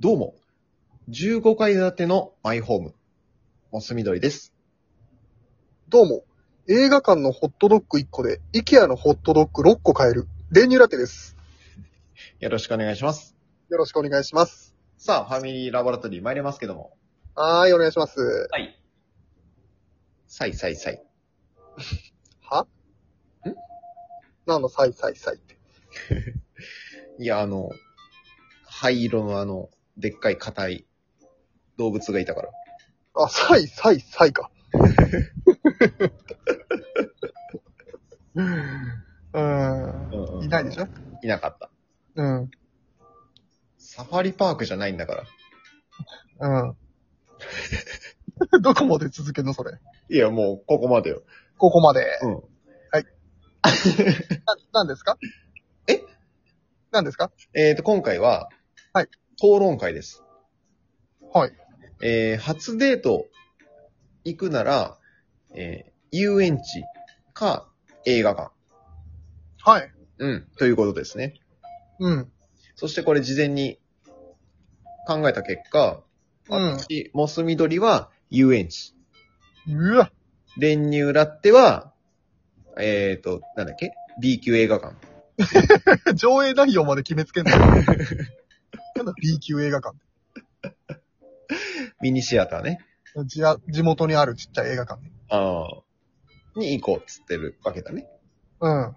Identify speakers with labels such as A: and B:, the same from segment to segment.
A: どうも、15階建てのマイホーム、モスみどりです。
B: どうも。映画館のホットドッグ1個で、IKEA のホットドッグ6個買える、練乳ラテです。
A: よろしくお願いします。
B: よろしくお願いします。
A: さあ、ファミリーラボラトリー参りますけども。
B: はーい、お願いします。
A: はい。さいさいさい。
B: はん何のサイサイサイって。
A: いや、あの、灰色のあの、でっかい硬い動物がいたから。
B: あ、サイサイサイか。うー。
A: うん
B: いないでしょ
A: いなかった。
B: うん。
A: サファリパークじゃないんだから。
B: うん。どこまで続けんのそれ。
A: いや、もう、ここまでよ。
B: ここまで。
A: うん
B: はい。な、何ですか
A: え
B: 何ですか
A: えーと、今回は、
B: はい。
A: 討論会です。
B: はい。
A: えー、初デート行くなら、えー、遊園地か映画館。
B: はい。
A: うん。ということですね。
B: うん。
A: そしてこれ事前に考えた結果、
B: うん。
A: 私、モス緑は遊園地。
B: うわ。
A: 練乳ラッテは、えーと、なんだっけ ?B 級映画館。
B: 上映内容まで決 めつけんのなんだ B 級映画館。
A: ミニシアターね。
B: 地あ地元にあるちっちゃい映画館ね。
A: ああ。に行こうっつってるわけだね。
B: うん。
A: は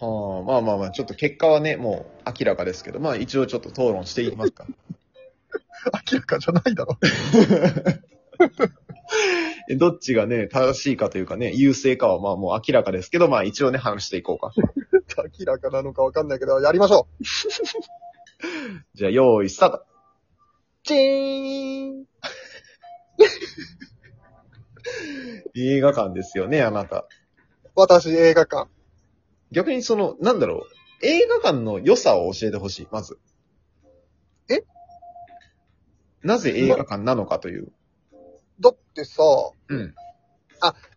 A: あ、まあまあまあ、ちょっと結果はね、もう明らかですけど、まあ一応ちょっと討論していきますか。
B: 明らかじゃないだろ。
A: えどっちがね、正しいかというかね、優勢かはまあもう明らかですけど、まあ一応ね、話していこうか。
B: 明らかなのかわかんないけど、やりましょ
A: じゃあ、用意スタート。チーン映画館ですよね、あなた。
B: う。私映画館。
A: 逆にその、なんだろう、映画館の良さを教えてほしい、まず。
B: え
A: なぜ映画館なのかという。
B: だってさ、
A: うん。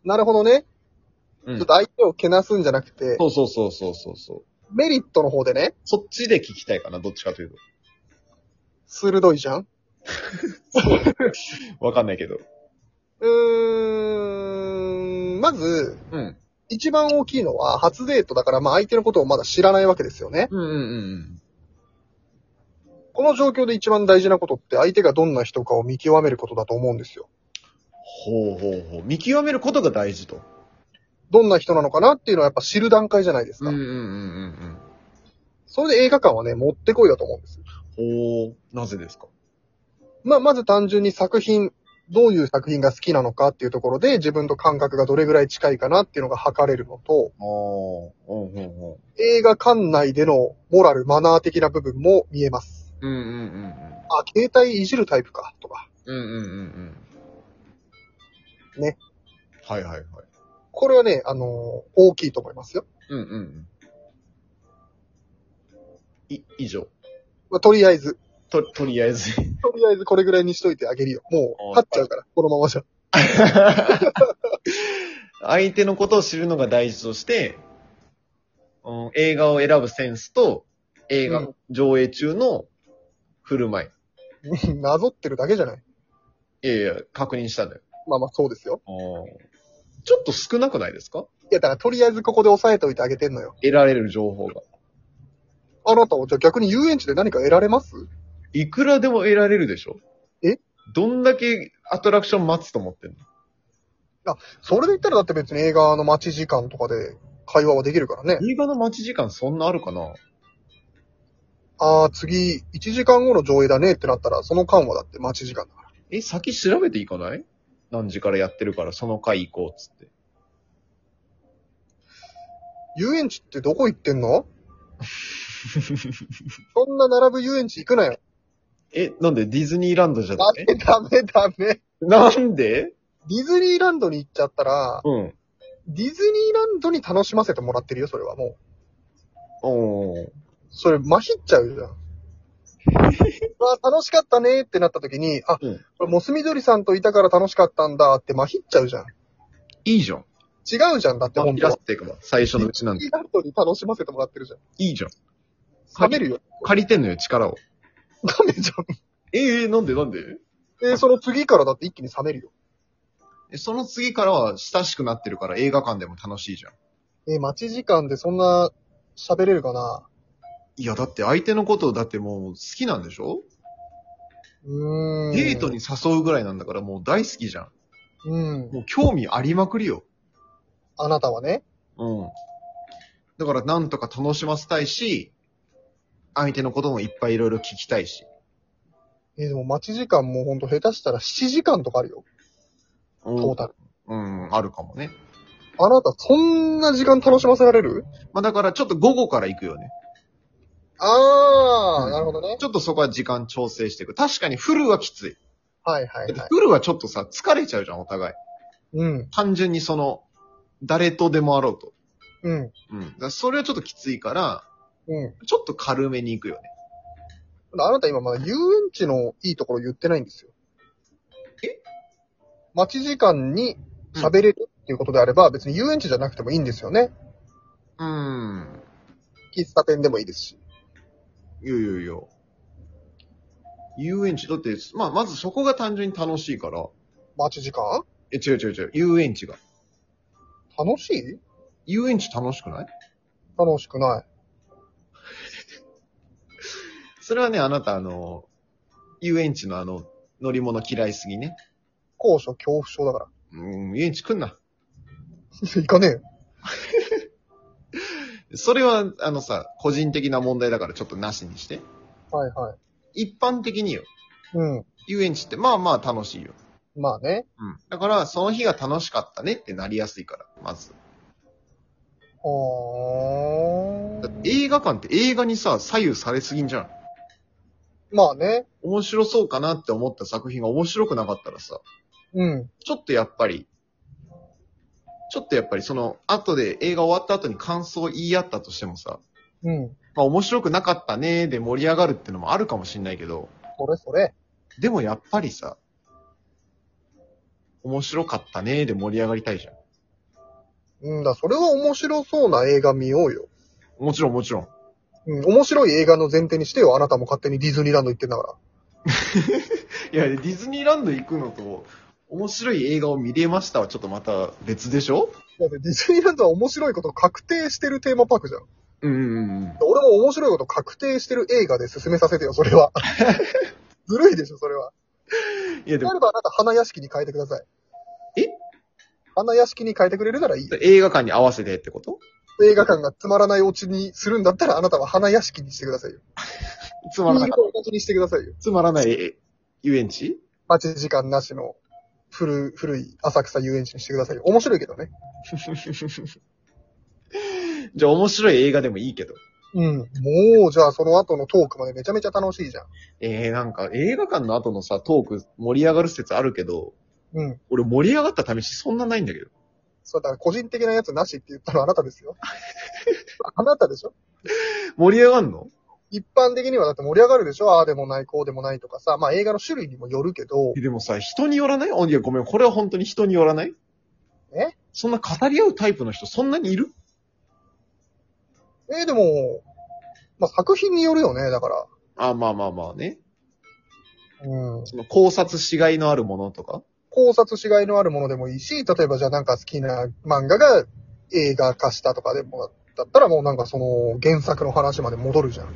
B: なるほどね。
A: う
B: ち
A: ん
B: ょっと相手をけなすんじゃなくて、
A: そうそうそうそうそうそう。
B: メリットの方でね、
A: そっちで聞きたいかな、どっちかというと。
B: 鋭いじゃん
A: わかんないけど。
B: うーん、まず、
A: うん。
B: 一番大きいのは、初デートだから、まあ相手のことをまだ知らないわけですよね。
A: うんうんうん
B: この状況で一番大事なことって、相手がどんな人かを見極めることだと思うんですよ。
A: ほうほうほう。見極めることが大事と。
B: どんな人なのかなっていうのはやっぱ知る段階じゃないですか。
A: うんうん。
B: それで映画館はね、持ってこいだと思うんです。
A: ほう、なぜですか
B: まあ、まず単純に作品、どういう作品が好きなのかっていうところで、自分と感覚がどれぐらい近いかなっていうのが測れるのと、
A: ああ、うんうんうん。
B: 映画館内でのモラル、マナー的な部分も見えます。
A: うんうんうん
B: あ、携帯いじるタイプか、とか。
A: うん。うんうんうんうん。
B: ね。
A: はいはいはい。
B: これはね、あのー大きいと思いますよ。
A: うんうんうん。い、以上。
B: まあ、とりあえず、
A: と、とりあえず。
B: とりあえずこれぐらいにしといてあげるよ。もう、
A: あ
B: 勝っちゃうから、このままじゃ。
A: 相手のことを知るのが大事として、うん、映画を選ぶセンスと、映
B: う
A: 画
B: ん
A: 上映中の振る舞い。
B: なぞってるだけじゃない。
A: いやいや、確認したんだよ。
B: まあまあ、そうですよ。
A: ちょっと少なくないですか
B: いや、だからとりあえずここで押さえておいてあげてんのよ。
A: 得られる情報が。
B: あなたはじゃあ逆に遊園地で何か得られます
A: いくらでも得られるでしょ
B: え
A: どんだけアトラクション待つと思ってんの
B: それで言ったらだって別に映画の待ち時間とかで会話はできるからね。
A: 映画の待ち時間そんなあるかな
B: ああ、次、1時間後の上映だねってなったら、その間はだって待ち時間だから。
A: え、先調べていかない何時からやってるからその回行こうっつって。
B: 遊園地ってどこ行ってんのそんな並ぶ遊園地行くなよ。
A: え、なんでディズニーランドじゃダ
B: ダ
A: メ
B: メダメダメ。
A: なんで
B: ディズニーランドに行っちゃったら、
A: うん。
B: ディズニーランドに楽しませてもらってるよ、それはもう。
A: おー
B: それ、まひっち ゃうじゃん。まあ、楽しかったねってなった時に、あ、
A: うん
B: これモスみどりさんといたから楽しかったんだってまひっちゃうじゃん。
A: いいじゃん。
B: 違うじゃん、だって
A: まあ、
B: 本
A: イ
B: 当
A: ラ
B: は
A: ス。トっていうか、最初のうちなん
B: ディズ
A: で。
B: ニーランドに楽しませてもらってるじゃん。
A: いいじゃん。
B: 冷めるよ。
A: 借りてんのよ、力を。
B: ダメじゃ
A: ええなんでなんで
B: ん。え、その次からだって一気に冷めるよ。
A: えその次からは親しくなってるから映画館でも楽しいじゃん。
B: え、待ち時間でそんな喋れるかない
A: や、だって相手のことだってもう好きなんでしょ
B: うーん。
A: デートに誘うぐらいなんだからもう大好きじゃん。
B: うん。
A: もう興味ありまくりよ。
B: あなたはね。
A: うん。だからなんとか楽しませたいし、相手のこともいっぱいいろいろ聞きたいし。
B: え、でも待ち時間もうほんと下手したら7時間とかあるよ。
A: う
B: ト
A: ん
B: ータル。
A: うん、あるかもね。
B: あなた、そんな時間楽しませられる
A: まあだからちょっと午後から行くよね。
B: あ
A: う
B: ー、
A: ん
B: なるほどね。
A: ちょっとそこは時間調整していく。確かにフルはきつい。
B: はいはいはい。
A: フルはちょっとさ、疲れちゃうじゃん、お互い。
B: うん、
A: 単純にその、誰とでもあろうと。
B: うん、
A: うん。だからそれはちょっときついから、
B: うん。
A: ちょっと軽めに行くよね。
B: あなた今まだ遊園地のいいところ言ってないんですよ。
A: え
B: 待ち時間に喋れるっていうことであれば、別に遊園地じゃなくてもいいんですよね。
A: うーん。
B: 喫茶店でもいいですし。
A: いやいやいや。遊園地、だって、まあ、まずそこが単純に楽しいから。
B: 待ち時間
A: え、違う違う違う。遊園地が。
B: 楽しい
A: 遊園地楽しくない
B: 楽しくない。
A: それはね、あなた、あの、遊園地のあの、乗り物嫌いすぎね。
B: 高所恐怖症だから。
A: うん、遊園地来んな。
B: 行かねえよ。
A: それは、あのさ、個人的な問題だからちょっとなしにして。
B: はいはい。
A: 一般的によ。
B: うん。
A: 遊園地ってまあまあ楽しいよ。
B: まあね。
A: うん。だから、その日が楽しかったねってなりやすいから、まず。
B: は
A: だ
B: ー
A: って映画館って映画にさ、左右されすぎんじゃん。
B: まあね。
A: 面白そうかなって思った作品が面白くなかったらさ、
B: うん。
A: ちょっとやっぱり、ちょっとやっぱりその、後で映画終わった後に感想を言い合ったとしてもさ、
B: うん。
A: まあ面白くなかったねーで盛り上がるってのもあるかもしんないけど、
B: それそれ。
A: でもやっぱりさ、面白かったねーで盛り上がりたいじゃん。
B: うんだ、それは面白そうな映画見ようよ。
A: もちろんもちろん。
B: うん、面白い映画の前提にしてよ、あなたも勝手にディズニーランド行ってんだから。
A: いや、ディズニーランド行くのと、面白い映画を見れましたはちょっとまた別でしょ
B: だってディズニーランドは面白いこと確定してるテーマパークじゃん。
A: うんうんうん。
B: 俺も面白いこと確定してる映画で進めさせてよ、それ は。ずるいでしょ、それは。
A: いやで
B: であ
A: も、
B: ればあなた花屋敷に変えてください。
A: え
B: 花屋敷に変えてくれるならいいよ。
A: 映画館に合わせてってこと
B: 映画館がつまらないお家にするんだったらあなたは花屋敷にしてくださいよ。
A: つ
B: つ
A: まらない。
B: お家にしてくださいよ。
A: つまらないえ遊園地
B: 待ち時間なしの古古い浅草遊園地にしてくださいよ。面白い けどね。
A: じゃあ面白い映画でもいいけど。
B: うん。もう、じゃあその後のトークまでめちゃめちゃ楽しいじゃん。
A: えー、なんか映画館の後のさ、トーク盛り上がる説あるけど、
B: うん。
A: 俺盛り上がった試しそんなないんだけど。
B: そうだから個人的なやつなしって言ったのはあなたですよ。 あなたでしょ
A: 盛り上がんの
B: 一般的にはだって盛り上がるでしょああでもない、こうでもないとかさ。まあ映画の種類にもよるけど、
A: えでもさ、人によらないあいや、ごめん、これは本当に人によらない
B: え
A: そんな語り合うタイプの人そんなにいる
B: えーでも、まあ作品によるよね、だから。
A: あ、まあまあまあね。
B: うん。
A: その考察しがいのあるものとか。
B: 考察しがいのあるものでもいいし、例えばじゃあなんか好きな漫画が映画化したとかでもだったらもうなんかその原作の話まで戻るじゃん。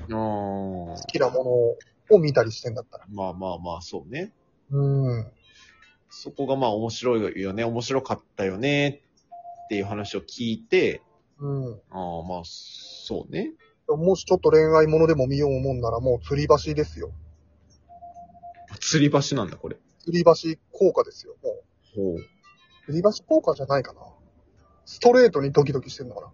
A: うー
B: 好
A: ん。
B: きなものを見たりしてんだったら。
A: まあまあまあ、そうね。
B: うん。
A: そこがまあ面白いよね、面白かったよね、っていう話を聞いて、
B: うん。
A: ああ、まあ、そうね。
B: もしちょっと恋愛ものでも見ようもんならもう吊り橋ですよ。
A: 釣り橋なんだ、これ。
B: 吊り橋効果ですよ。も
A: ほう。
B: う、吊り橋効果じゃないかな。ストレートにドキドキしてんのか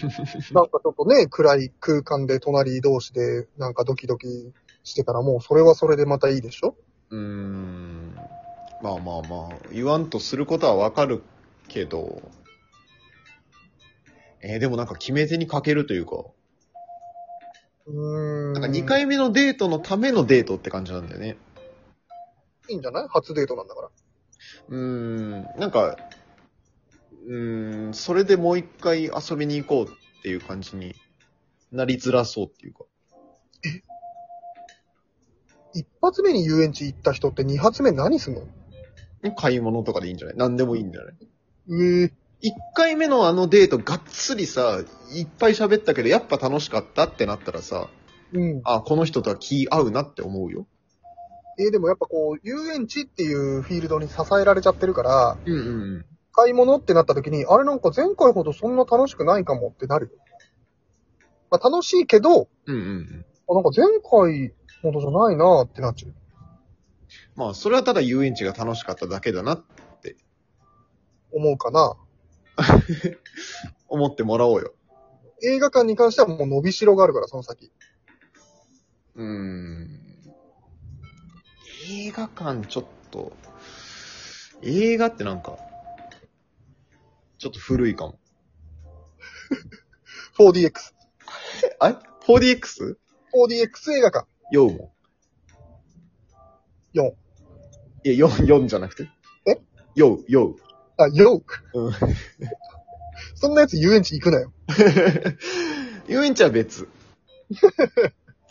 B: な。なんかちょっとね、暗い空間で隣同士でなんかドキドキしてたらもうそれはそれでまたいいでしょ
A: うーん。まあまあまあ、言わんとすることはわかるけど、えーでもなんか決め手に欠けるというか、
B: うーん。
A: なんか2回目のデートのためのデートって感じなんだよね。
B: いいんじゃない初デートなんだから。
A: うーん、なんか、うーん、それでもう一回遊びに行こうっていう感じになりづらそうっていうか。
B: 一発目に遊園地行った人って二発目何すんの
A: 買い物とかでいいんじゃない何でもいいんじゃない
B: ええ
A: 一回目のあのデートがっつりさ、いっぱい喋ったけど、やっぱ楽しかったってなったらさ、
B: うん。
A: あ、この人とは気合うなって思うよ。
B: えーでもやっぱこう、遊園地っていうフィールドに支えられちゃってるから、
A: うんうんうん。
B: 買い物ってなった時に、あれなんか前回ほどそんな楽しくないかもってなるよ。まあ、楽しいけど、
A: うんうんうん。
B: あなんか前回ほどじゃないなーってなっちゃう。
A: まあ、それはただ遊園地が楽しかっただけだな、
B: 思うかな。
A: 思ってもらおうよ。
B: 映画館に関してはもう伸びしろがあるから、その先。
A: うーん。映画館ちょっと、映画ってなんか、ちょっと古いかも。
B: 4DX。
A: あれ ?4DX?
B: 4DX 映画館。
A: 酔うもん。
B: 酔う
A: いや、4、4じゃなくて。
B: え
A: 酔う、酔う。
B: あ、ヨーク。
A: うん
B: そんなやつ遊園地行くなよ。
A: 遊園地は別。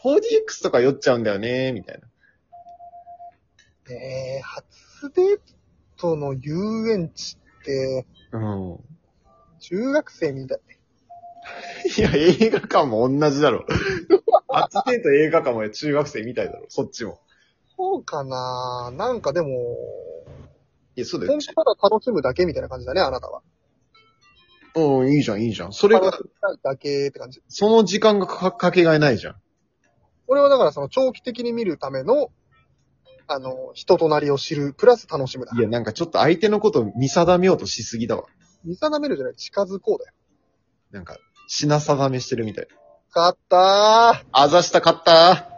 A: 4DX とか酔っちゃうんだよね、みたいな。
B: えー、初デートの遊園地って、
A: うん。
B: 中学生みたい。
A: いや、映画館も同じだろ。初デート映画館も中学生みたいだろ、そっちも。
B: そうかななんかでも、
A: いや、そうだよ
B: 本。当ただ楽しむだけみたいな感じだね、あなたは。
A: うん、いいじゃん、いいじゃん。それ
B: 楽
A: が
B: し、みたいだけって感じ。
A: その時間がかかけがえないじゃん。
B: 俺はだからその長期的に見るための、あの、人となりを知る、プラス楽しむだ
A: い。や、なんかちょっと相手のことを見定めようとしすぎだわ。
B: 見定めるじゃない、近づこうだよ。
A: なんか、品定めしてるみたい。
B: 勝ったー。
A: あざしたかったー。